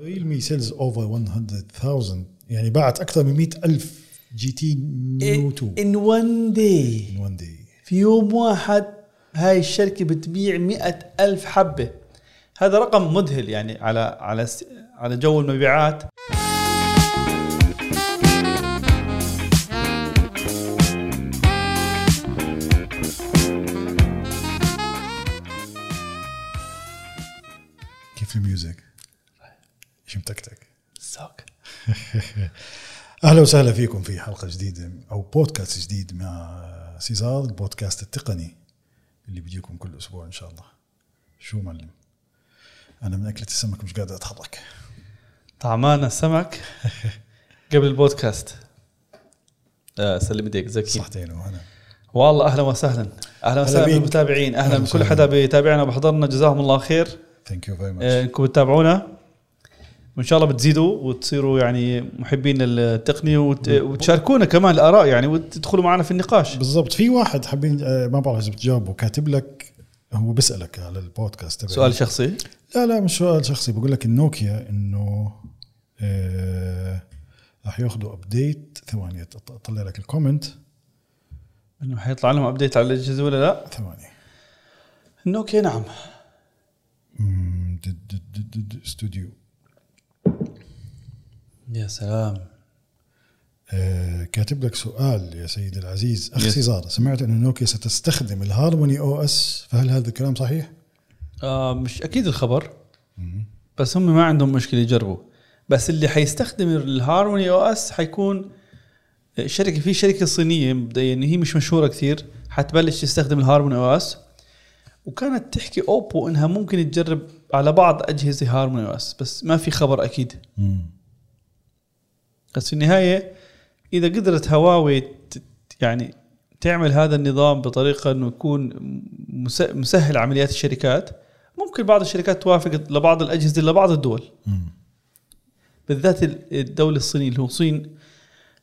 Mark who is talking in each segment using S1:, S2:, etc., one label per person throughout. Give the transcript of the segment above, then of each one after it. S1: ريلمي سيلز اوفر 100,000 يعني باعت اكثر من 100,000 جي تي نيو 2
S2: ان وان داي
S1: in one day
S2: في يوم واحد هاي الشركه بتبيع مئة ألف حبه هذا رقم مذهل يعني على على س- على جو المبيعات
S1: كيف الميوزك؟ ايش متكتك؟
S2: ساك
S1: اهلا وسهلا فيكم في حلقه جديده او بودكاست جديد مع سيزار البودكاست التقني اللي بيجيكم كل اسبوع ان شاء الله شو معلم انا من اكله السمك مش قادر اتحرك
S2: طعمان السمك قبل البودكاست آه سلم ايديك زكي
S1: صحتين وانا
S2: والله اهلا وسهلا اهلا وسهلا
S1: بيك.
S2: بالمتابعين اهلا
S1: أهلا
S2: بكل
S1: وسهلا.
S2: حدا بيتابعنا وبحضرنا جزاهم الله خير
S1: ثانك يو فيري
S2: آه،
S1: ماتش
S2: انكم بتتابعونا وان شاء الله بتزيدوا وتصيروا يعني محبين التقنيه وت... وتشاركونا كمان الاراء يعني وتدخلوا معنا في النقاش
S1: بالضبط في واحد حابين آه، ما بعرف اذا بتجاوبه كاتب لك هو بيسالك على البودكاست تبعي
S2: سؤال شخصي
S1: لا لا مش سؤال شخصي بقول لك النوكيا انه آه، راح ياخذوا ابديت ثواني أط- اطلع لك الكومنت
S2: انه حيطلع لهم ابديت على الاجهزه ولا لا
S1: ثواني
S2: انه اوكي نعم
S1: مم، د- د- د- د- د- استوديو
S2: يا سلام
S1: آه، كاتب لك سؤال يا سيدي العزيز اخ
S2: يس.
S1: سيزار سمعت انه نوكيا ستستخدم الهارموني او اس فهل هذا الكلام صحيح؟
S2: آه مش اكيد الخبر بس هم ما عندهم مشكله يجربوا بس اللي حيستخدم الهارموني او اس حيكون شركه في شركه صينيه مبدئيا يعني هي مش مشهوره كثير حتبلش تستخدم الهارموني او اس وكانت تحكي اوبو انها ممكن تجرب على بعض اجهزه هارموني او اس بس ما في خبر اكيد
S1: مم.
S2: بس في النهايه اذا قدرت هواوي ت- يعني تعمل هذا النظام بطريقه انه يكون مس- مسهل عمليات الشركات ممكن بعض الشركات توافق لبعض الاجهزه لبعض الدول
S1: مم.
S2: بالذات ال- الدوله الصينيه اللي هو الصين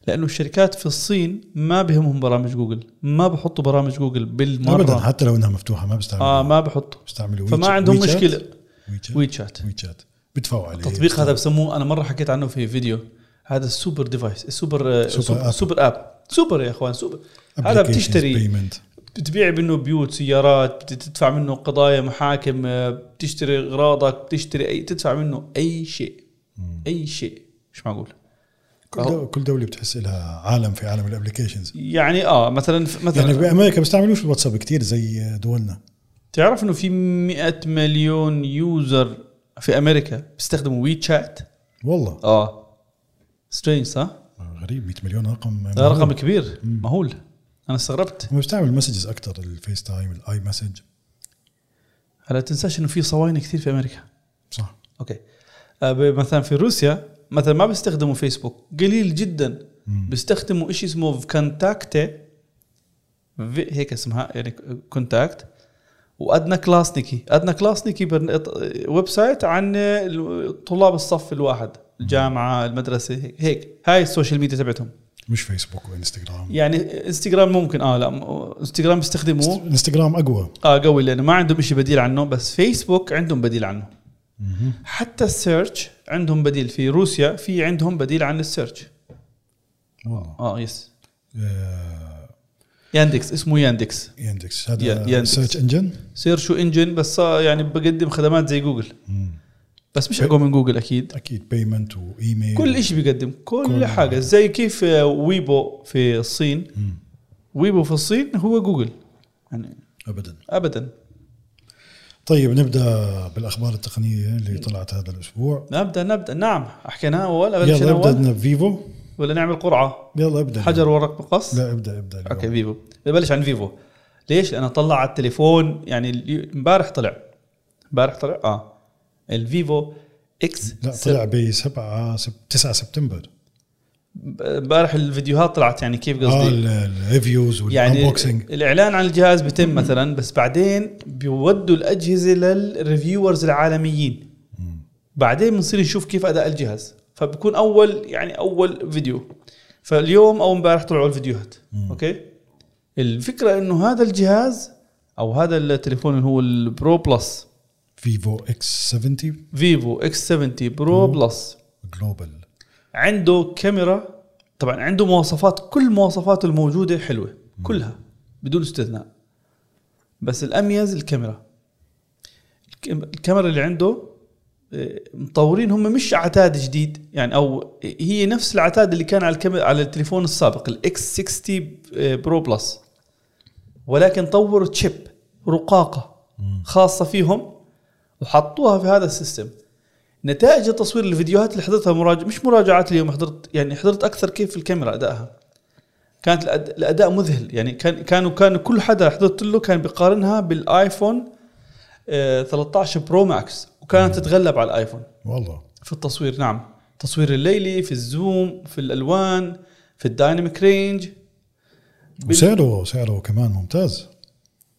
S2: لانه الشركات في الصين ما بهمهم برامج جوجل ما بحطوا برامج جوجل
S1: ابدا
S2: بالمره
S1: حتى لو انها مفتوحه ما
S2: اه
S1: بيستعملوا
S2: ما بحطوا
S1: بيستعملوا
S2: فما
S1: ويتشات-
S2: عندهم
S1: ويتشات؟
S2: مشكله
S1: ويتشات
S2: ويتشات
S1: ويتشات بدفعوا عليه
S2: التطبيق هذا بسموه انا مره حكيت عنه في فيديو هذا السوبر ديفايس السوبر آه،
S1: سوبر
S2: سوبر,
S1: آب.
S2: سوبر اب سوبر يا اخوان سوبر هذا بتشتري
S1: payment.
S2: بتبيع منه بيوت سيارات بت- بتدفع منه قضايا محاكم آه، بتشتري اغراضك بتشتري اي تدفع منه اي شيء اي شيء مش معقول
S1: كل,
S2: أهو.
S1: دو- كل دوله بتحس لها عالم في عالم الابلكيشنز
S2: يعني اه مثلا مثلا
S1: يعني بامريكا بيستعملوش الواتساب كتير زي دولنا
S2: تعرف انه في 100 مليون يوزر في امريكا بيستخدموا وي شات
S1: والله
S2: اه سترينج صح؟
S1: غريب 100 مليون رقم
S2: ده رقم كبير مهول انا استغربت
S1: هو بيستعمل مسجز اكثر الفيس تايم الاي مسج
S2: هلا تنساش انه في صهاينه كثير في امريكا
S1: صح
S2: اوكي آه، ب- مثلا في روسيا مثلا ما بيستخدموا فيسبوك قليل جدا بيستخدموا شيء اسمه كونتاكت هيك اسمها يعني كونتاكت وادنى كلاسنيكي ادنى كلاسنيكي برن... إط- ويب سايت عن ال- طلاب الصف الواحد الجامعه المدرسه هيك, هيك. هاي السوشيال ميديا تبعتهم
S1: مش فيسبوك وانستغرام
S2: يعني انستغرام ممكن اه لا م- انستغرام بيستخدموه
S1: انستغرام اقوى
S2: اه قوي لانه ما عندهم شيء بديل عنه بس فيسبوك عندهم بديل عنه حتى السيرش عندهم بديل في روسيا في عندهم بديل عن السيرش
S1: والله
S2: اه يس
S1: آه،
S2: ياندكس اسمه ياندكس
S1: ياندكس
S2: يا-
S1: هذا
S2: ياندكس.
S1: سيرش انجن
S2: سيرشو انجن بس آه، يعني بقدم خدمات زي جوجل بس مش اقوى من جوجل اكيد
S1: اكيد بيمنت وايميل
S2: كل شيء بيقدم كل,
S1: كل-
S2: حاجه زي كيف آه، ويبو في الصين
S1: مم.
S2: ويبو في الصين هو جوجل يعني
S1: ابدا
S2: ابدا
S1: طيب نبدا بالاخبار التقنيه اللي طلعت هذا الاسبوع
S2: نبدا نبدا نعم حكينا اول أبلش أنا
S1: يلا ابدا
S2: اول
S1: بدنا بفيفو
S2: ولا نعمل قرعه
S1: يلا ابدا
S2: حجر ورق مقص
S1: لا ابدا ابدا اليوم.
S2: اوكي فيفو ببلش عن فيفو ليش لانه طلع على التليفون يعني اليو- امبارح طلع امبارح طلع اه الفيفو اكس
S1: لا طلع ب 7 9 سبتمبر
S2: امبارح الفيديوهات طلعت يعني كيف
S1: اه
S2: قصدي
S1: ال- الريفيوز
S2: يعني
S1: والانبوكسنج
S2: الاعلان عن الجهاز بيتم مثلا بس بعدين بيودوا الاجهزه للريفيورز العالميين بعدين بنصير نشوف كيف اداء الجهاز فبكون اول يعني اول فيديو فاليوم او امبارح طلعوا الفيديوهات اوكي الفكره انه هذا الجهاز او هذا التليفون اللي هو البرو بلس
S1: فيفو اكس 70
S2: فيفو اكس 70 برو بلس
S1: جلوبال
S2: عنده كاميرا طبعا عنده مواصفات كل مواصفات الموجوده حلوه كلها بدون استثناء بس الاميز الكاميرا الكام- الكاميرا اللي عنده آه، مطورين هم مش عتاد جديد يعني او هي نفس العتاد اللي كان على الكاميرا على التليفون السابق الاكس 60 برو بلس آه، ولكن طوروا تشيب رقاقه خاصه فيهم وحطوها في هذا السيستم نتائج تصوير الفيديوهات اللي حضرتها مراجع مش مراجعات اليوم حضرت يعني حضرت اكثر كيف الكاميرا ادائها كانت الأد- الاداء مذهل يعني كان كانوا كان كل حدا حضرت له كان بيقارنها بالايفون آه، 13 برو ماكس وكانت تتغلب على الايفون
S1: والله
S2: في التصوير نعم التصوير الليلي في الزوم في الالوان في الدايناميك رينج بال-
S1: وسعره سعره كمان ممتاز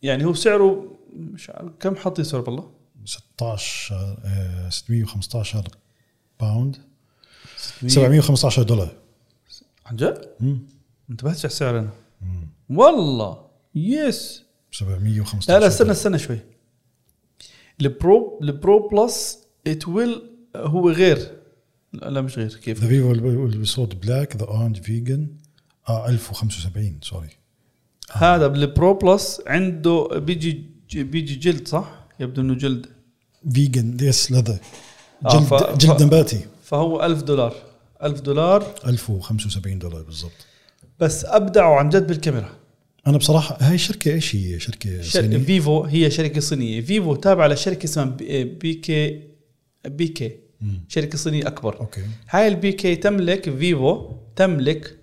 S2: يعني هو سعره مش عارف كم حط يسعر بالله
S1: 16 آه، 615 باوند 715 دولار
S2: عن جد؟
S1: مم.
S2: انتبهت على السعر انا والله يس
S1: 715
S2: لا لا استنى استنى شوي البرو البرو بلس ات ويل هو غير لا, لا مش غير كيف
S1: ذا فيفو اللي بصوت بلاك ذا اورنج فيجن اه 1075 سوري
S2: هذا بالبرو بلس عنده بيجي بيجي جلد صح؟ يبدو انه جلد
S1: فيجن يس لذا
S2: آه،
S1: جلد
S2: ف-
S1: جلد
S2: ف-
S1: نباتي
S2: فهو ألف دولار ألف دولار
S1: 1075 دولار بالضبط
S2: بس ابدعوا عن جد بالكاميرا
S1: انا بصراحه هاي الشركه ايش هي شركه
S2: شر...
S1: صينيه
S2: فيفو هي شركه صينيه فيفو تابعه لشركه اسمها بي بي كي بي كي شركه صينيه اكبر
S1: اوكي
S2: هاي البي كي تملك فيفو تملك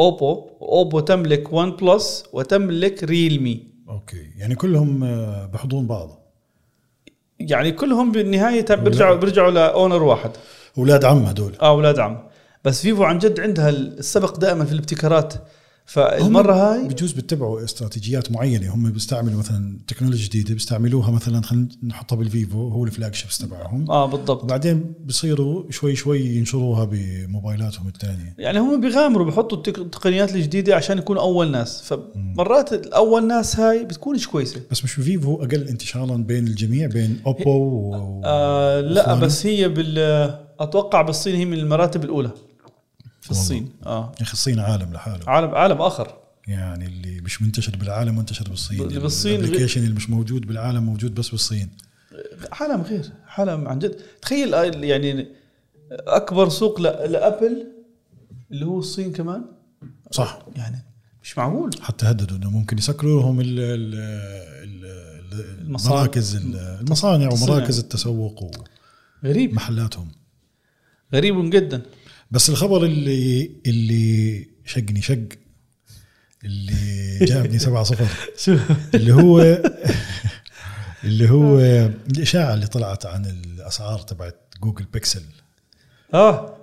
S2: اوبو اوبو تملك ون بلس وتملك ريلمي
S1: اوكي يعني كلهم آه، بحضون بعض
S2: يعني كلهم بالنهايه تم- بيرجعوا بيرجعوا لاونر واحد
S1: اولاد عم هدول
S2: اه اولاد عم بس فيفو عن جد عندها السبق دائما في الابتكارات فالمره
S1: هم
S2: هاي
S1: بجوز بتبعوا استراتيجيات معينه هم بيستعملوا مثلا تكنولوجيا جديده بيستعملوها مثلا خلينا نحطها بالفيفو هو الفلاج شيبس تبعهم
S2: اه بالضبط
S1: وبعدين بيصيروا شوي شوي ينشروها بموبايلاتهم الثانيه
S2: يعني هم بيغامروا بحطوا التك- التقنيات الجديده عشان يكونوا اول ناس فمرات الاول ناس هاي بتكونش كويسه
S1: بس مش فيفو اقل انتشارا بين الجميع بين اوبو و...
S2: آه لا
S1: وإخوانه.
S2: بس هي بال اتوقع بالصين هي من المراتب الاولى في الصين اه
S1: يا اخي الصين عالم لحاله
S2: عالم عالم اخر
S1: يعني اللي مش منتشر بالعالم منتشر بالصين
S2: اللي بالصين غير-
S1: الابلكيشن اللي مش موجود بالعالم موجود بس بالصين
S2: عالم غير عالم عن جد تخيل آه، يعني اكبر سوق ل- لابل اللي هو الصين كمان
S1: صح
S2: يعني مش معقول
S1: حتى هددوا انه ممكن يسكروا لهم ال ال ال
S2: المصانع.
S1: المراكز ال- المصانع
S2: التصنيع.
S1: ومراكز التسوق
S2: غريب
S1: ومحلاتهم
S2: غريب جدا
S1: بس الخبر اللي اللي شقني شق اللي جابني 7 صفر
S2: شو
S1: اللي هو اللي هو الاشاعه اللي طلعت عن الاسعار تبعت جوجل بيكسل
S2: اه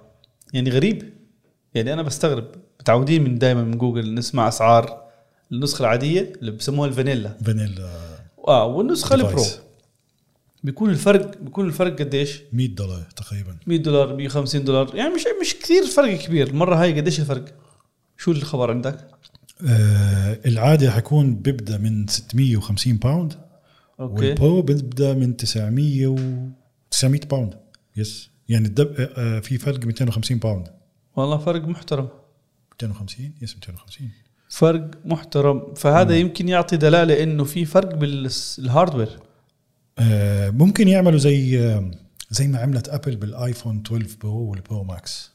S2: يعني غريب يعني انا بستغرب متعودين من دائما من جوجل نسمع اسعار النسخه العاديه اللي بسموها الفانيلا
S1: فانيلا
S2: اه والنسخه البرو
S1: Device.
S2: بيكون الفرق بيكون الفرق قديش
S1: 100 دولار تقريبا
S2: 100 دولار 150 دولار يعني مش مش كثير فرق كبير المره هاي قديش الفرق شو الخبر عندك
S1: آه العادي حيكون بيبدا من 650 باوند
S2: اوكي
S1: والبرو بيبدا من 900 و 900 باوند يس يعني الدب... آه، آه، في فرق 250 باوند
S2: والله فرق محترم
S1: 250 يس 250
S2: فرق محترم فهذا يمكن يعطي دلاله انه في فرق بالهاردوير
S1: آه، ممكن يعملوا زي آه، زي ما عملت ابل بالايفون 12 برو والبرو ماكس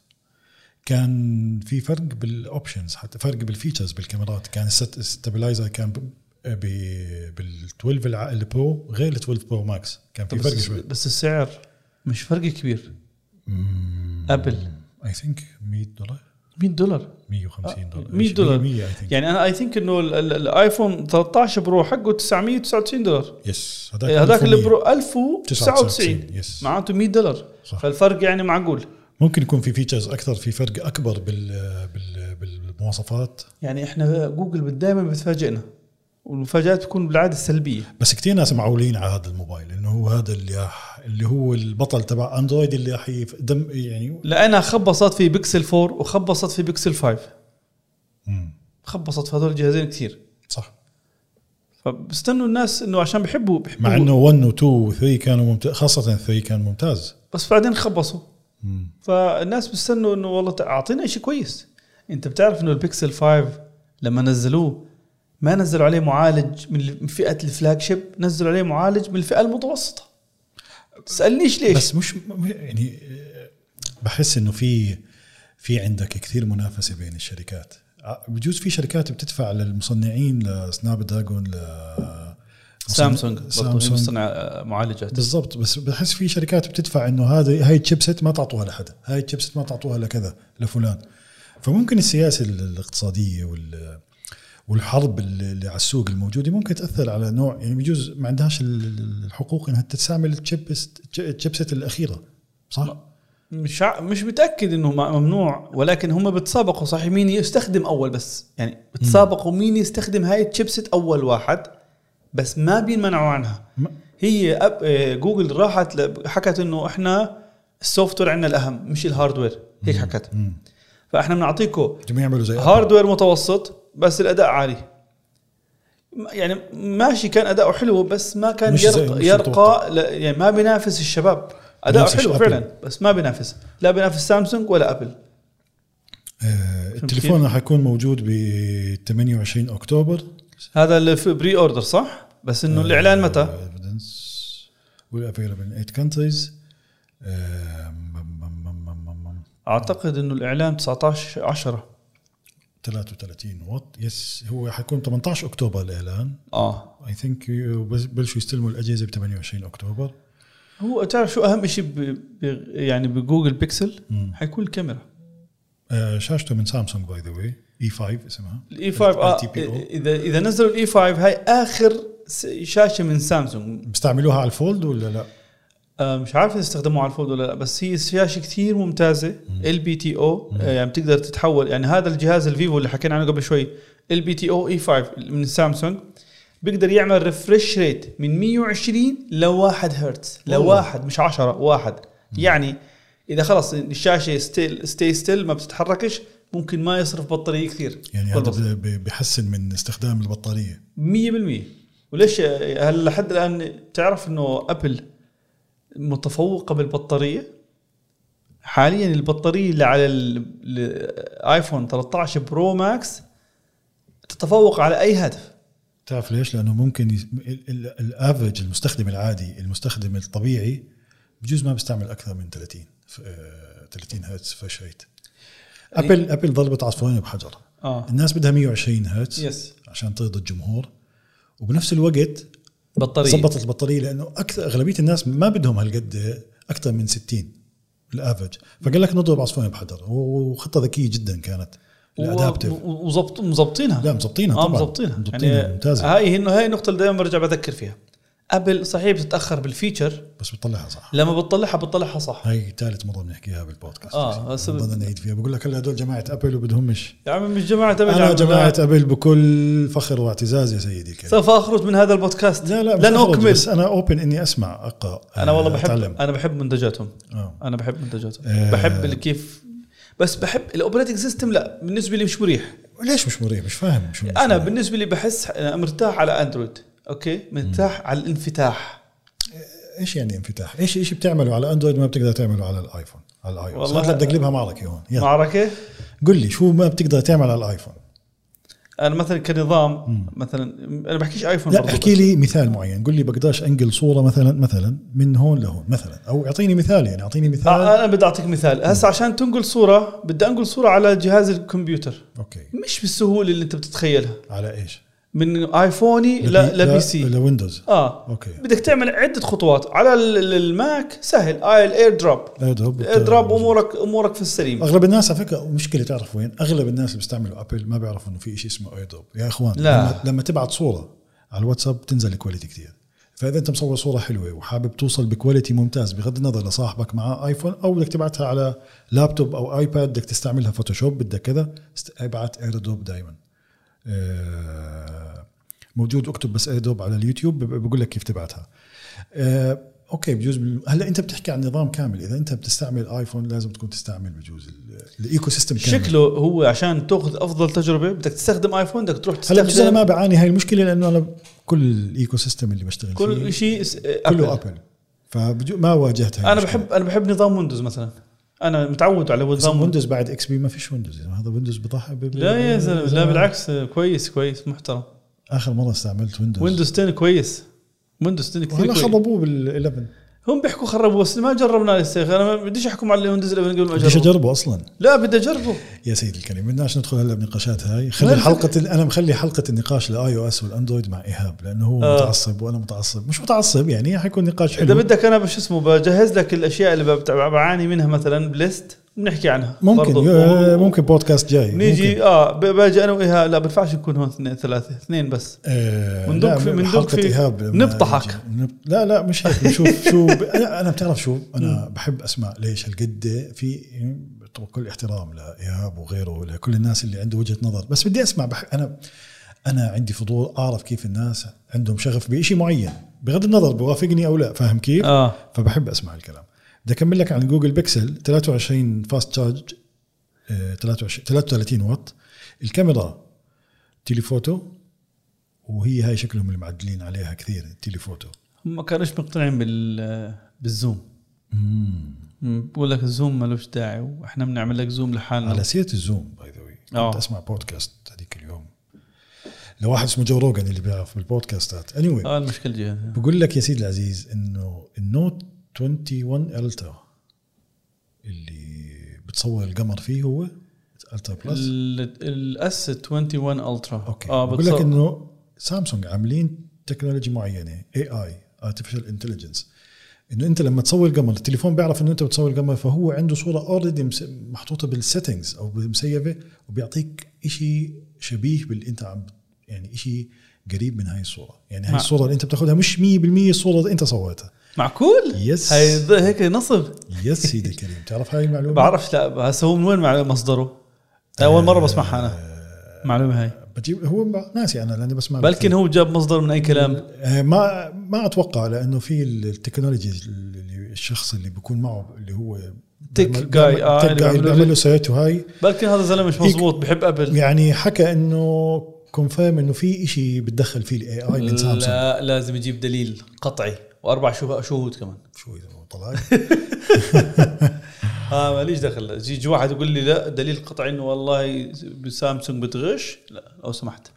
S1: كان في فرق بالاوبشنز حتى فرق بالفيتشرز بالكاميرات كان الستابلايزر كان ب... بال 12 الع- البرو غير ال 12 برو ماكس كان في فرق
S2: بس,
S1: شوي
S2: بس السعر مش فرق كبير ابل
S1: اي ثينك 100 دولار
S2: 100 دولار
S1: 150 دولار
S2: 100 آه، دولار
S1: 100 I think.
S2: يعني انا اي ثينك انه ال- ال- الايفون 13 برو حقه 999 دولار
S1: يس
S2: إيه، هذاك اللي
S1: 1100.
S2: برو 1099
S1: يس.
S2: معناته 100 دولار
S1: صح.
S2: فالفرق يعني معقول
S1: ممكن يكون في فيتشرز اكثر في فرق اكبر بال آه، بال بالمواصفات
S2: يعني احنا جوجل دائما بتفاجئنا والمفاجات بتكون بالعاده سلبيه
S1: بس كثير ناس معولين على هذا الموبايل انه هو هذا اللي راح اللي هو البطل تبع اندرويد اللي راح يف- دم يعني
S2: لانها خبصت في بيكسل 4 وخبصت في بيكسل 5
S1: مم.
S2: خبصت في هذول الجهازين كثير
S1: صح
S2: فبستنوا الناس انه عشان بيحبوا بيحبوا
S1: مع انه 1 و 2 و 3 كانوا ممتاز خاصه 3 كان ممتاز
S2: بس بعدين خبصوا
S1: مم.
S2: فالناس بيستنوا انه والله تع- اعطينا شيء كويس انت بتعرف انه البيكسل 5 لما نزلوه ما نزلوا عليه معالج من ال- من فئه الفلاج شيب نزلوا عليه معالج من الفئه المتوسطه تسالنيش ليش
S1: بس مش م- يعني آه، بحس انه في في عندك كثير منافسه بين الشركات آه، بجوز في شركات بتدفع للمصنعين لسناب دراجون ل
S2: سامسونج برضو
S1: سامسونج
S2: بتصنع آه، معالجات
S1: بالضبط بس بحس في شركات بتدفع انه هذا هاي الشيبسيت ما تعطوها لحدا هاي الشيبسيت ما تعطوها لكذا لفلان فممكن السياسه ال- الاقتصاديه وال والحرب اللي اللي على السوق الموجوده ممكن تاثر على نوع يعني بجوز ما عندهاش ال- ال- الحقوق انها تستعمل الشيبست- الشيبسيت الاخيره صح؟
S2: مش ع- مش متاكد انه م- ممنوع ولكن هم بتسابقوا صحيح مين يستخدم اول بس يعني بتسابقوا مين يستخدم هاي الشيبسيت اول واحد بس ما بينمنعوا عنها
S1: ما-
S2: هي أب... آه، جوجل راحت ل... حكت انه احنا السوفت وير عندنا الاهم مش الهاردوير هيك حكت
S1: مم.
S2: فاحنا بنعطيكم
S1: بدهم يعملوا زي أبل.
S2: هاردوير متوسط بس الاداء عالي م- يعني ماشي كان اداؤه حلو بس ما كان
S1: مش زي-
S2: يرق...
S1: مش
S2: يرقى
S1: متوقع.
S2: ل... يعني ما بينافس الشباب اداؤه
S1: بينافسش
S2: حلو
S1: أبل.
S2: فعلا بس ما بينافس لا بينافس سامسونج ولا ابل
S1: آه التليفون راح يكون موجود ب 28 اكتوبر
S2: هذا اللي في بري اوردر صح بس
S1: آه.
S2: انه الاعلان متى
S1: ايفيدنس والافيلبل ان 8 كونتريز آه
S2: اعتقد انه الاعلان 19 10
S1: 33 واط يس هو حيكون 18 اكتوبر الاعلان
S2: اه
S1: اي ثينك بلشوا يستلموا الاجهزه ب 28 اكتوبر
S2: هو تعرف شو اهم شيء ب... ب... يعني بجوجل بيكسل
S1: مم.
S2: حيكون الكاميرا
S1: آه شاشته من سامسونج باي ذا واي اي 5 E اسمها
S2: الاي 5 آه
S1: LTPO.
S2: اذا اذا نزلوا الاي 5 هاي اخر س- شاشه من سامسونج
S1: بيستعملوها على الفولد ولا لا؟
S2: آه مش عارف اذا استخدموها على الفولد ولا لا بس هي شاشه كثير ممتازه ال بي تي او يعني بتقدر تتحول يعني هذا الجهاز الفيفو اللي حكينا عنه قبل شوي ال بي تي او اي 5 E من سامسونج بيقدر يعمل ريفرش ريت من 120 ل 1 هرتز لواحد مش 10 واحد يعني اذا خلص الشاشه ستيل ستي ستيل ما بتتحركش ممكن ما يصرف بطاريه كثير
S1: يعني
S2: بالضبط.
S1: هذا ب- بحسن من استخدام البطاريه
S2: مية بالمية وليش هل لحد الآن تعرف أنه أبل متفوقة بالبطارية حاليا البطارية اللي على ال- الايفون 13 برو ماكس تتفوق على أي هاتف
S1: تعرف ليش؟ لانه ممكن يس... ال- ال- الافرج المستخدم العادي المستخدم الطبيعي بجوز ما بيستعمل اكثر من 30 ف- آه، 30 هرتز فريش ريت ابل ابل ضربت عصفورين بحجر
S2: اه
S1: الناس بدها 120 هرتز
S2: يس
S1: عشان ترضي الجمهور وبنفس الوقت
S2: بطارية
S1: ظبطت البطاريه لانه اكثر اغلبيه الناس ما بدهم هالقد اكثر من 60 الافرج فقال لك نضرب عصفورين بحجر وخطه ذكيه جدا كانت الادابتيف
S2: وظبط مظبطينها
S1: لا مظبطينها
S2: اه
S1: طبعا
S2: مظبطينها
S1: مظبطينها
S2: يعني
S1: يعني ممتازه
S2: هاي هي- هاي النقطة اللي دائما برجع بذكر فيها ابل صحيح بتتاخر بالفيتشر
S1: بس بتطلعها صح
S2: لما بتطلعها بتطلعها صح
S1: هاي ثالث مره بنحكيها بالبودكاست
S2: آه، بس-
S1: بضلنا نعيد فيها بقول لك هلا هدول جماعه ابل وبدهمش
S2: يا عمي مش جماعة أبل، يا
S1: انا
S2: عمي
S1: جماعه ابل بكل فخر واعتزاز يا سيدي الكريم
S2: سوف اخرج من هذا البودكاست
S1: لا لا مش
S2: لن
S1: أخرج،
S2: اكمل
S1: بس انا اوبن اني اسمع اقرا
S2: انا والله
S1: آه،
S2: بحب
S1: اتعلم
S2: انا بحب منتجاتهم
S1: آه.
S2: انا بحب منتجاتهم
S1: آه.
S2: بحب ال- كيف بس بحب الاوبريتنج سيستم لا بالنسبه لي مش مريح
S1: ليش مش مريح مش فاهم شو مش
S2: انا
S1: مريح.
S2: بالنسبه لي بحس أنا مرتاح على اندرويد اوكي مرتاح على الانفتاح
S1: ايش يعني انفتاح ايش ايش بتعمله على اندرويد ما بتقدر تعمله على الايفون على الاي او
S2: والله-
S1: والله بدي اقلبها معركه هون يلا
S2: معركه
S1: قل لي شو ما بتقدر تعمل على الايفون
S2: انا مثلا كنظام مثلا انا بحكيش ايفون
S1: لا
S2: برضو
S1: احكي لي مثال معين قل لي بقدرش انقل صوره مثلا مثلا من هون لهون مثلا او اعطيني مثال يعني اعطيني مثال
S2: آه، انا بدي اعطيك مثال هسه عشان تنقل صوره بدي انقل صوره على جهاز الكمبيوتر
S1: اوكي
S2: مش بالسهوله اللي انت بتتخيلها
S1: على ايش؟
S2: من ايفوني ل- لبي سي
S1: لويندوز
S2: اه
S1: أوكي.
S2: بدك تعمل عده خطوات على ال- ال- الماك سهل اي الاير دروب
S1: ايدروب
S2: الاير دروب امورك امورك في السليم
S1: اغلب الناس على فكره مشكله تعرف وين اغلب الناس اللي بيستعملوا ابل ما بيعرفوا انه في شيء اسمه ايدروب يا اخوان
S2: لا.
S1: لما, لما تبعت صوره على الواتساب تنزل الكواليتي كثير فاذا انت مصور صوره حلوه وحابب توصل بكواليتي ممتاز بغض النظر لصاحبك معاه ايفون او بدك تبعتها على لابتوب او ايباد بدك تستعملها فوتوشوب بدك كذا است- ابعت ايدروب دائما موجود اكتب بس ايدروب على اليوتيوب بقول لك كيف تبعتها آه، اوكي بجوز بال... هلا انت بتحكي عن نظام كامل اذا انت بتستعمل ايفون لازم تكون تستعمل بجوز ال- الايكو سيستم كامل
S2: شكله هو عشان تاخذ افضل تجربه بدك تستخدم ايفون بدك تروح
S1: هلا بجوز انا ما
S2: تستخدم
S1: بعاني هاي المشكله لانه انا كل الايكو سيستم اللي بشتغل فيه
S2: كل شيء
S1: كله ابل فبجو ما واجهت هاي
S2: انا
S1: المشكلة.
S2: بحب انا بحب نظام ويندوز مثلا انا متعود على
S1: بس
S2: نظام ويندوز
S1: ويندوز بعد اكس بي ما فيش ويندوز يعني هذا ويندوز بضحي ب-
S2: لا يا زلمه لا
S1: زمان.
S2: بالعكس كويس كويس محترم
S1: اخر مره استعملت ويندوز
S2: ويندوز 10 كويس ويندوز 10 كثير
S1: وهلا
S2: كويس.
S1: خربوه بال 11
S2: هم بيحكوا خربوا بس ما جربناه لسه يا اخي انا ما بديش احكم على الويندوز 11 قبل ما
S1: بديش
S2: اجربه
S1: اجربه اصلا
S2: لا بدي اجربه
S1: يا سيدي الكريم بدناش ندخل هلا بنقاشات هاي
S2: ما
S1: خلي
S2: بدي-
S1: حلقه ال- انا مخلي حلقه النقاش الاي او اس والاندرويد مع ايهاب لانه هو
S2: آه.
S1: متعصب وانا متعصب مش متعصب يعني حيكون نقاش
S2: اذا
S1: حلو
S2: بدك انا بش اسمه بجهز لك الاشياء اللي ببت- بعاني منها مثلا بليست بنحكي عنها
S1: ممكن
S2: برضو.
S1: يا- ممكن بودكاست جاي
S2: نيجي
S1: ممكن.
S2: اه ب- باجي انا وايهاب لا بنفعش نكون هون اثنين ثلاثه اثنين بس
S1: آه،
S2: مندوق
S1: لا،
S2: في- مندوق
S1: حلقة
S2: في-
S1: إيهاب لما
S2: نبطحك.
S1: نيجي. نب- لا لا مش هيك بنشوف شو ب... لا، انا بتعرف شو انا بحب اسمع ليش هالقد في طبعا كل احترام لايهاب وغيره ولكل الناس اللي عنده وجهه نظر بس بدي اسمع بح... انا انا عندي فضول اعرف كيف الناس عندهم شغف بشيء معين بغض النظر بوافقني او لا فاهم كيف؟
S2: اه
S1: فبحب اسمع الكلام بدي اكمل لك عن جوجل بيكسل 23 فاست تشارج آه، 23 33 واط الكاميرا تيليفوتو وهي هاي شكلهم اللي معدلين عليها كثير التيليفوتو
S2: هم ما كانوش مقتنعين بال بالزوم مم، بقول لك الزوم ملوش داعي واحنا بنعمل لك زوم لحالنا
S1: على سيره الزوم باي ذا واي
S2: آه.
S1: كنت اسمع بودكاست هذيك اليوم لواحد اسمه جو روجن اللي بيعرف بالبودكاستات اني anyway,
S2: اه المشكله جهة
S1: بقول لك يا سيدي العزيز انه النوت 21 الترا اللي بتصور القمر فيه هو الترا بلس
S2: الاس 21 الترا
S1: اوكي
S2: اه
S1: بقول لك
S2: بتصور
S1: انه سامسونج عاملين تكنولوجي معينه اي اي ارتفيشال انتليجنس انه انت لما تصور القمر التليفون بيعرف انه انت بتصور القمر فهو عنده صوره اوريدي محطوطه بالسيتنجز او مسيبه وبيعطيك شيء شبيه باللي انت عم يعني شيء قريب من هاي الصوره يعني هاي
S2: نعم.
S1: الصوره اللي انت بتاخذها مش 100% الصوره اللي انت صورتها
S2: معقول؟
S1: يس.
S2: هاي ذ- هيك نصب
S1: يس سيدي الكريم تعرف هاي المعلومه
S2: بعرفش لا هسه هو من وين مع- مصدره؟ اول مره بسمعها انا
S1: آه.
S2: معلومه هاي
S1: بجيب هو ناسي انا لاني بسمع
S2: بلكن هو جاب مصدر من اي كلام
S1: آه، ما ما اتوقع لانه في التكنولوجي اللي الشخص اللي بيكون معه اللي هو
S2: Tech guy، آه،
S1: تك جاي
S2: اللي بيعملوا
S1: بيعمل له سيرته هاي
S2: بلكن هذا الزلمه مش
S1: هيك.
S2: مزبوط بحب ابل
S1: يعني حكى انه كونفيرم انه في شيء بتدخل فيه الاي اي من سامسونج
S2: لا لازم يجيب دليل قطعي واربع شهو- شهود كمان
S1: شو إذا هو طلع
S2: اه ماليش دخل يجي واحد يقول لي لا دليل قطعي انه والله سامسونج بتغش لا لو سمحت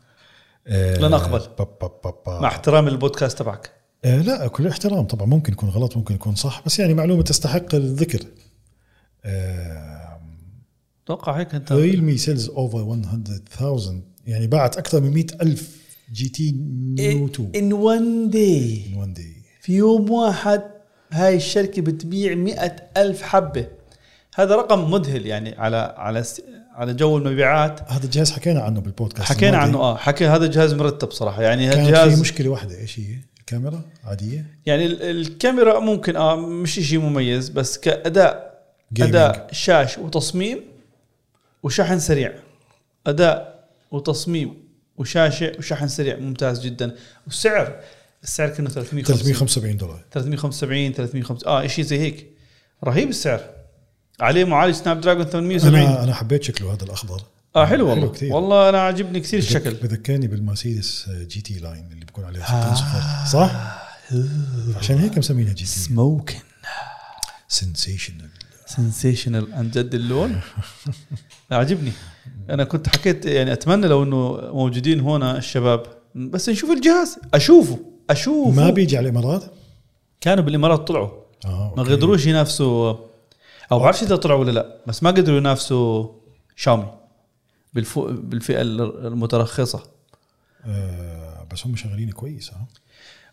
S1: آه،
S2: لن أقبل. مع
S1: مع
S2: احترامي للبودكاست تبعك
S1: آه لا كل احترام طبعا ممكن يكون غلط ممكن يكون صح بس يعني معلومه تستحق الذكر آه
S2: اتوقع هيك انت
S1: ريلمي سيلز اوفر 100,000 يعني باعت اكثر من 100,000 جي تي
S2: إيه،
S1: نيو 2
S2: ان وان داي
S1: in one day
S2: في يوم واحد هاي الشركه بتبيع مئة ألف حبه هذا رقم مذهل يعني على على س- على جو المبيعات
S1: هذا الجهاز حكينا عنه بالبودكاست
S2: حكينا
S1: الماضي.
S2: عنه اه حكي هذا جهاز مرتب صراحه يعني
S1: كانت في
S2: هالجهاز
S1: مشكله واحده ايش هي؟ الكاميرا عاديه
S2: يعني ال- الكاميرا ممكن اه مش شيء مميز بس كاداء
S1: Gaming.
S2: اداء شاش وتصميم وشحن سريع اداء وتصميم وشاشه وشحن سريع ممتاز جدا والسعر السعر كانه 350
S1: 375 دولار
S2: 375 350 اه شيء زي هيك رهيب السعر عليه معالج سناب دراجون 870
S1: انا انا حبيت شكله هذا الاخضر
S2: اه حلو والله
S1: كتير.
S2: والله انا عاجبني كثير الشكل
S1: بذك- بذكرني بالمرسيدس آه، جي تي لاين اللي بيكون عليها
S2: آه.
S1: 60 صفر صح؟ عشان هيك مسمينها جي تي
S2: سموكن
S1: سنسيشنال
S2: سنسيشنال عن جد اللون لا، عجبني انا كنت حكيت يعني اتمنى لو انه موجودين هنا الشباب بس نشوف الجهاز اشوفه اشوفه
S1: ما بيجي على الامارات؟
S2: كانوا بالامارات طلعوا
S1: اه
S2: ما
S1: أوكي.
S2: قدروش ينافسوا او بعرفش اذا طلعوا ولا لا بس ما قدروا ينافسوا شاومي بالفو... بالفئه المترخصه
S1: آه بس هم شغالين كويس آه. ها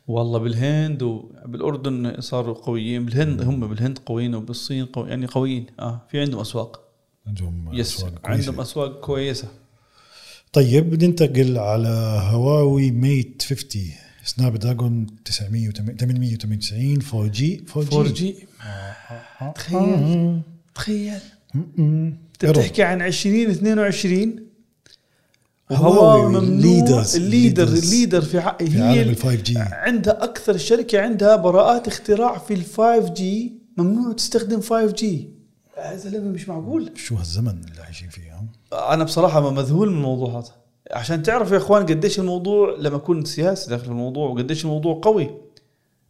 S2: والله بالهند وبالاردن صاروا قويين بالهند هم بالهند قويين وبالصين قوي يعني قويين اه في عندهم اسواق
S1: عندهم
S2: يس
S1: أسواق كويسة.
S2: عندهم اسواق كويسه
S1: طيب بننتقل على هواوي ميت 50 سناب دراجون 898 4 جي
S2: 4 جي تخيل
S1: تخيل
S2: تخيل انت بتحكي عن 20 22 وهواوي
S1: هواوي
S2: ممنوع
S1: leaders-
S2: الليدر
S1: leaders
S2: الليدر في, ع...
S1: في
S2: هي
S1: عالم
S2: ال-
S1: ال 5 جي
S2: عندها اكثر شركه عندها براءات اختراع في الفايف جي ممنوع تستخدم 5 جي يا زلمه مش معقول
S1: شو هالزمن اللي عايشين فيه ها؟
S2: انا بصراحه مذهول من الموضوع هذا عشان تعرف يا اخوان قديش الموضوع لما اكون سياسي داخل الموضوع وقديش الموضوع قوي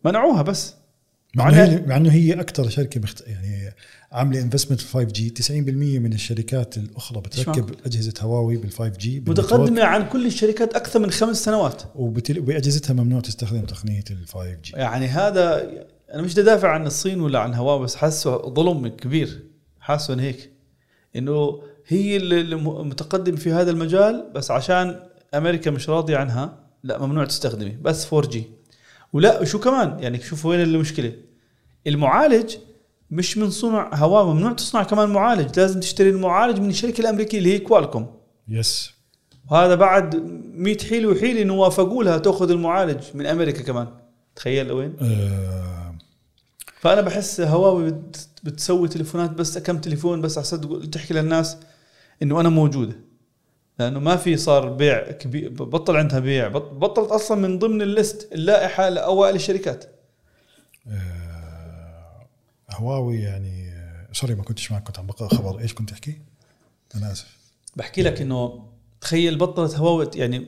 S2: منعوها بس
S1: مع انه
S2: معناها-
S1: هي- مع انه هي اكثر شركه مخت... يعني عامله انفستمنت في 5 جي 90% من الشركات الاخرى
S2: معقول.
S1: بتركب اجهزه هواوي بال 5 جي
S2: متقدمه عن كل الشركات اكثر من خمس سنوات
S1: وباجهزتها ممنوع تستخدم تقنيه ال 5 جي
S2: يعني هذا انا مش دافع عن الصين ولا عن هواوي بس حاسه ظلم كبير حاسه إن هيك انه هي اللي اللي م- متقدم في هذا المجال بس عشان امريكا مش راضيه عنها لا ممنوع تستخدمي بس 4 جي ولا شو كمان يعني شوفوا وين المشكله المعالج مش من صنع هواوي ممنوع تصنع كمان معالج لازم تشتري المعالج من الشركه الامريكيه اللي هي كوالكوم
S1: يس
S2: وهذا بعد 100 حيل وحيل انه وافقوا لها تاخذ المعالج من امريكا كمان تخيل وين
S1: آه،
S2: فانا بحس هواوي بت- بتسوي تليفونات بس كم تليفون بس عشان تقول- تحكي للناس انه انا موجوده لانه ما في صار بيع كبير بطل عندها بيع بط- بطلت اصلا من ضمن الليست اللائحه لاوائل الشركات
S1: آه، هواوي يعني آه، سوري ما كنتش معك كنت عم بقرا خبر ايش كنت تحكي؟ انا اسف
S2: بحكي لك انه تخيل بطلت هواوي يعني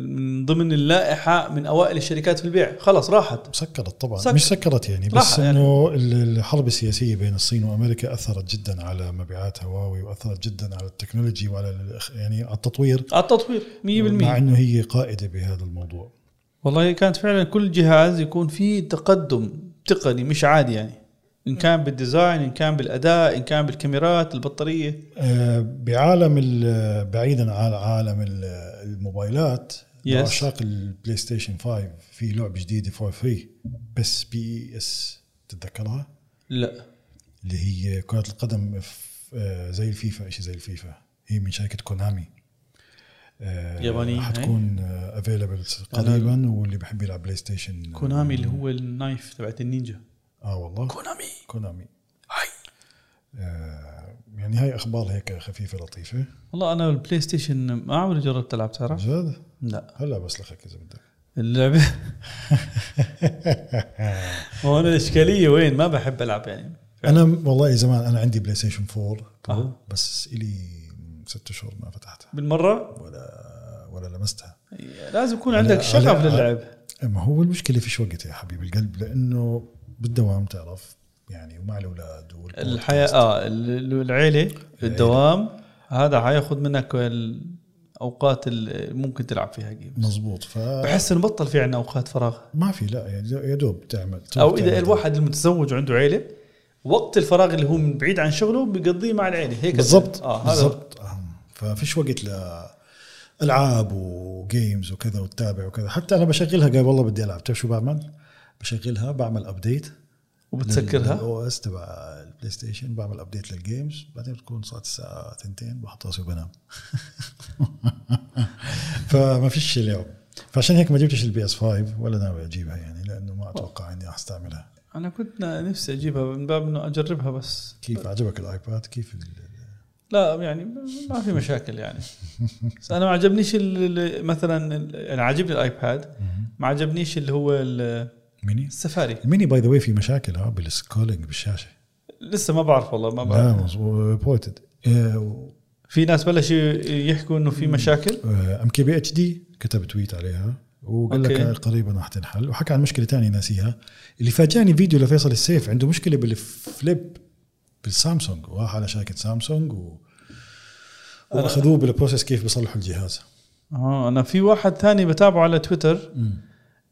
S2: من ضمن اللائحه من اوائل الشركات في البيع خلاص راحت
S1: سكرت طبعا
S2: سكر.
S1: مش سكرت يعني بس
S2: راح يعني.
S1: انه ال- الحرب السياسيه بين الصين وامريكا اثرت جدا على مبيعات هواوي واثرت جدا على التكنولوجي وعلى الإخ- يعني على التطوير
S2: على التطوير 100%
S1: مع انه هي قائده بهذا الموضوع
S2: والله كانت فعلا كل جهاز يكون فيه تقدم تقني مش عادي يعني ان كان بالديزاين ان كان بالاداء ان كان بالكاميرات البطاريه
S1: آه، بعالم ال- بعيدا عن عالم ال- الموبايلات
S2: Yes.
S1: عشاق البلاي ستيشن 5 في لعبه جديده فور فري بس بي اس تتذكرها؟
S2: لا
S1: اللي هي كرة القدم ف- آه، زي الفيفا شيء زي الفيفا هي من شركة كونامي آه،
S2: يابانية،
S1: حتكون افيلبل قريبا واللي بحب يلعب بلاي ستيشن
S2: كونامي اللي هو النايف تبعت النينجا
S1: اه والله
S2: كونامي
S1: كونامي
S2: هاي
S1: آه، يعني هاي اخبار هيك خفيفه لطيفه
S2: والله انا البلاي ستيشن ما عمري جربت العب تعرف
S1: جد
S2: لا
S1: هلا بسلخك اذا بدك
S2: اللعبه هو انا الاشكاليه وين ما بحب العب يعني
S1: انا والله زمان انا عندي بلاي ستيشن 4 برو
S2: آه.
S1: بس الي ست شهور ما فتحتها
S2: بالمره
S1: ولا ولا لمستها
S2: لازم يكون عندك شغف للعب
S1: ما هو المشكله فيش وقت يا حبيب القلب لانه بالدوام تعرف يعني ومع الاولاد والبودكاست.
S2: الحياه اه ال- ال- العيله الدوام هذا حياخذ منك الاوقات اللي ممكن تلعب فيها جيم
S1: مزبوط ف
S2: بحس انه بطل في عندنا اوقات فراغ
S1: ما في لا يا دو- يا دوب تعمل
S2: او اذا
S1: تعمل-
S2: الواحد المتزوج وعنده عيله وقت الفراغ اللي هو من بعيد عن شغله بيقضيه مع العيله هيك
S1: بالضبط
S2: اه هذا
S1: بالضبط آه. ففيش وقت ل العاب وجيمز وكذا وتتابع وكذا حتى انا بشغلها قال والله بدي العب تعرف شو بعمل؟ بشغلها بعمل ابديت
S2: وبتسكرها
S1: الاو اس تبع البلاي ستيشن بعمل ابديت للجيمز بعدين بتكون صارت الساعه 2 بحط راسي وبنام فما فيش اليوم فعشان هيك ما جبتش البي اس 5 ولا ناوي اجيبها يعني لانه ما اتوقع اني استعملها
S2: انا كنت نفسي اجيبها من باب انه اجربها بس
S1: كيف عجبك الايباد كيف ال-
S2: لا يعني ما في مشاكل يعني بس انا ما عجبنيش ال- ال- مثلا ال- يعني عاجبني الايباد ما عجبنيش اللي هو ال-
S1: الميني
S2: السفاري
S1: الميني باي ذا واي في مشاكل ها بالسكرولينج بالشاشه
S2: لسه ما بعرف والله ما
S1: لا
S2: بعرف
S1: مظبوط آه، ريبورتد
S2: في ناس بلشوا يحكوا انه في مشاكل
S1: ام كي بي اتش دي كتب تويت عليها وقال لك
S2: أوكي.
S1: هاي قريبا راح تنحل وحكى عن مشكله ثانيه ناسيها اللي فاجأني فيديو لفيصل السيف عنده مشكله بالفليب بالسامسونج وراح على شركه سامسونج و
S2: آه.
S1: واخذوه بالبروسيس كيف بيصلحوا الجهاز
S2: اه انا في واحد ثاني بتابعه على تويتر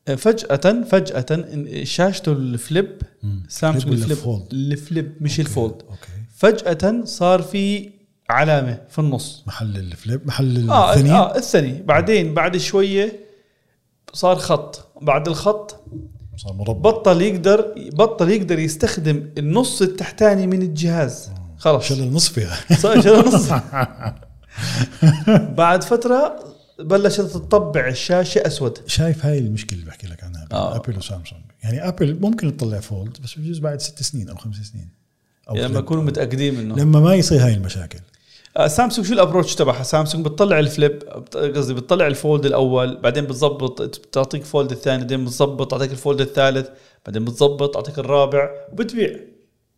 S2: آه، فجأة فجأة إن- شاشته الفليب سامسونج
S1: فليب ولا
S2: الفليب
S1: فولد؟
S2: الفليب مش الفولد
S1: اوكي
S2: فجأة صار في علامة في النص
S1: محل الفليب محل
S2: اه
S1: الثاني آه.
S2: اه الثاني بعدين بعد شوية صار خط بعد الخط
S1: صار مربع
S2: بطل يقدر بطل يقدر يستخدم النص التحتاني من الجهاز
S1: آه،
S2: خلاص
S1: شل النصف يا
S2: صار شال نص بعد فترة بلشت تطبع الشاشة أسود
S1: شايف هاي المشكله اللي بحكي لك عنها بين
S2: آه.
S1: ابل وسامسونج يعني ابل ممكن تطلع فولد بس بجوز بعد ست سنين او خمس سنين
S2: يعني لما
S1: فليب.
S2: يكونوا متأكدين منه
S1: لما ما يصير هاي المشاكل
S2: آه، سامسونج شو الابروتش تبعها؟ سامسونج بتطلع الفليب بت- قصدي بتطلع الفولد الاول بعدين بتظبط بتعطيك الفولد الثاني بعدين بتظبط تعطيك الفولد الثالث بعدين بتظبط تعطيك الرابع وبتبيع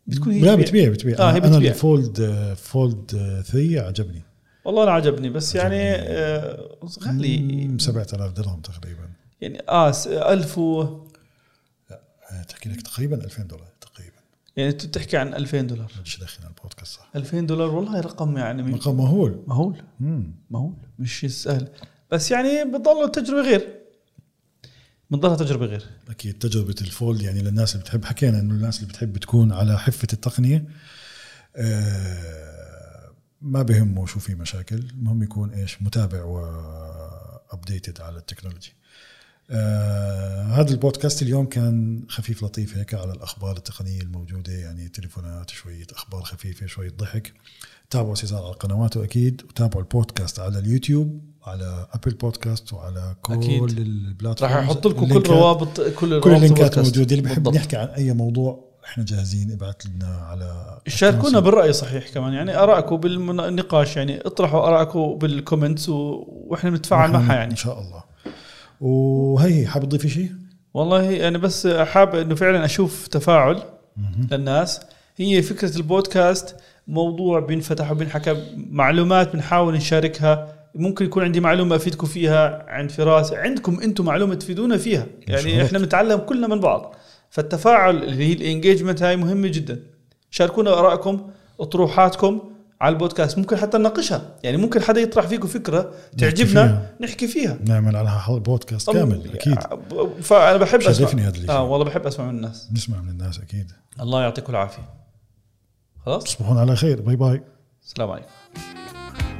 S2: بتكون هي
S1: لا بتبيع بتبيع
S2: اه هي
S1: انا
S2: بتبيع
S1: الفولد آه، فولد آه، 3 عجبني
S2: والله انا عجبني بس يعني
S1: عجبني.
S2: آه، غالي
S1: مم، 7000 درهم تقريبا
S2: يعني اه س- 1000 و
S1: آه، تحكي لك تقريبا 2000 دولار تقريبا
S2: يعني انت بتحكي عن 2000 دولار
S1: مش داخل على البودكاست صح
S2: 2000 دولار والله رقم يعني
S1: رقم مهول
S2: مهول
S1: مم.
S2: مهول مش سهل بس يعني بتضل التجربه غير بتضلها تجربه غير
S1: اكيد تجربه الفولد يعني للناس اللي بتحب حكينا انه الناس اللي بتحب تكون على حفه التقنيه آه، ما بهمه شو في مشاكل المهم يكون ايش متابع وابديتد على التكنولوجي آه، هذا البودكاست اليوم كان خفيف لطيف هيك على الاخبار التقنيه الموجوده يعني تليفونات شويه اخبار خفيفه شويه ضحك تابعوا سيزار على قنواته اكيد وتابعوا البودكاست على اليوتيوب على ابل بودكاست وعلى كل
S2: أكيد.
S1: البلاتفورمز
S2: راح احط لكم كل
S1: اللينكات-
S2: روابط كل
S1: يعني كل
S2: روابط
S1: اللينكات
S2: البودكاست.
S1: موجوده اللي بحب
S2: بالضبط.
S1: نحكي عن اي موضوع احنا جاهزين ابعت لنا على
S2: شاركونا بالراي صحيح كمان يعني ارائكم بالنقاش يعني اطرحوا ارائكم بالكومنتس و... واحنا بنتفاعل معها يعني
S1: ان شاء الله وهي حاب تضيف شيء؟
S2: والله انا بس حابب انه فعلا اشوف تفاعل للناس هي فكره البودكاست موضوع بينفتح وبينحكى معلومات بنحاول نشاركها ممكن يكون عندي معلومه افيدكم فيها عند فراس عندكم انتم معلومه تفيدونا فيها يعني
S1: شرط.
S2: احنا بنتعلم كلنا من بعض فالتفاعل اللي هي الانجيجمنت هاي مهمه جدا شاركونا ارائكم اطروحاتكم على البودكاست ممكن حتى نناقشها يعني ممكن حدا يطرح فيكم فكره تعجبنا
S1: فيها.
S2: نحكي فيها
S1: نعمل على حلقة بودكاست كامل اكيد
S2: ب- فانا يعني بحب
S1: شرفني
S2: اسمع
S1: هذا الشيء.
S2: اه والله بحب اسمع من الناس
S1: نسمع من الناس اكيد
S2: الله يعطيكم العافيه خلاص
S1: تصبحون على خير باي باي
S2: السلام عليكم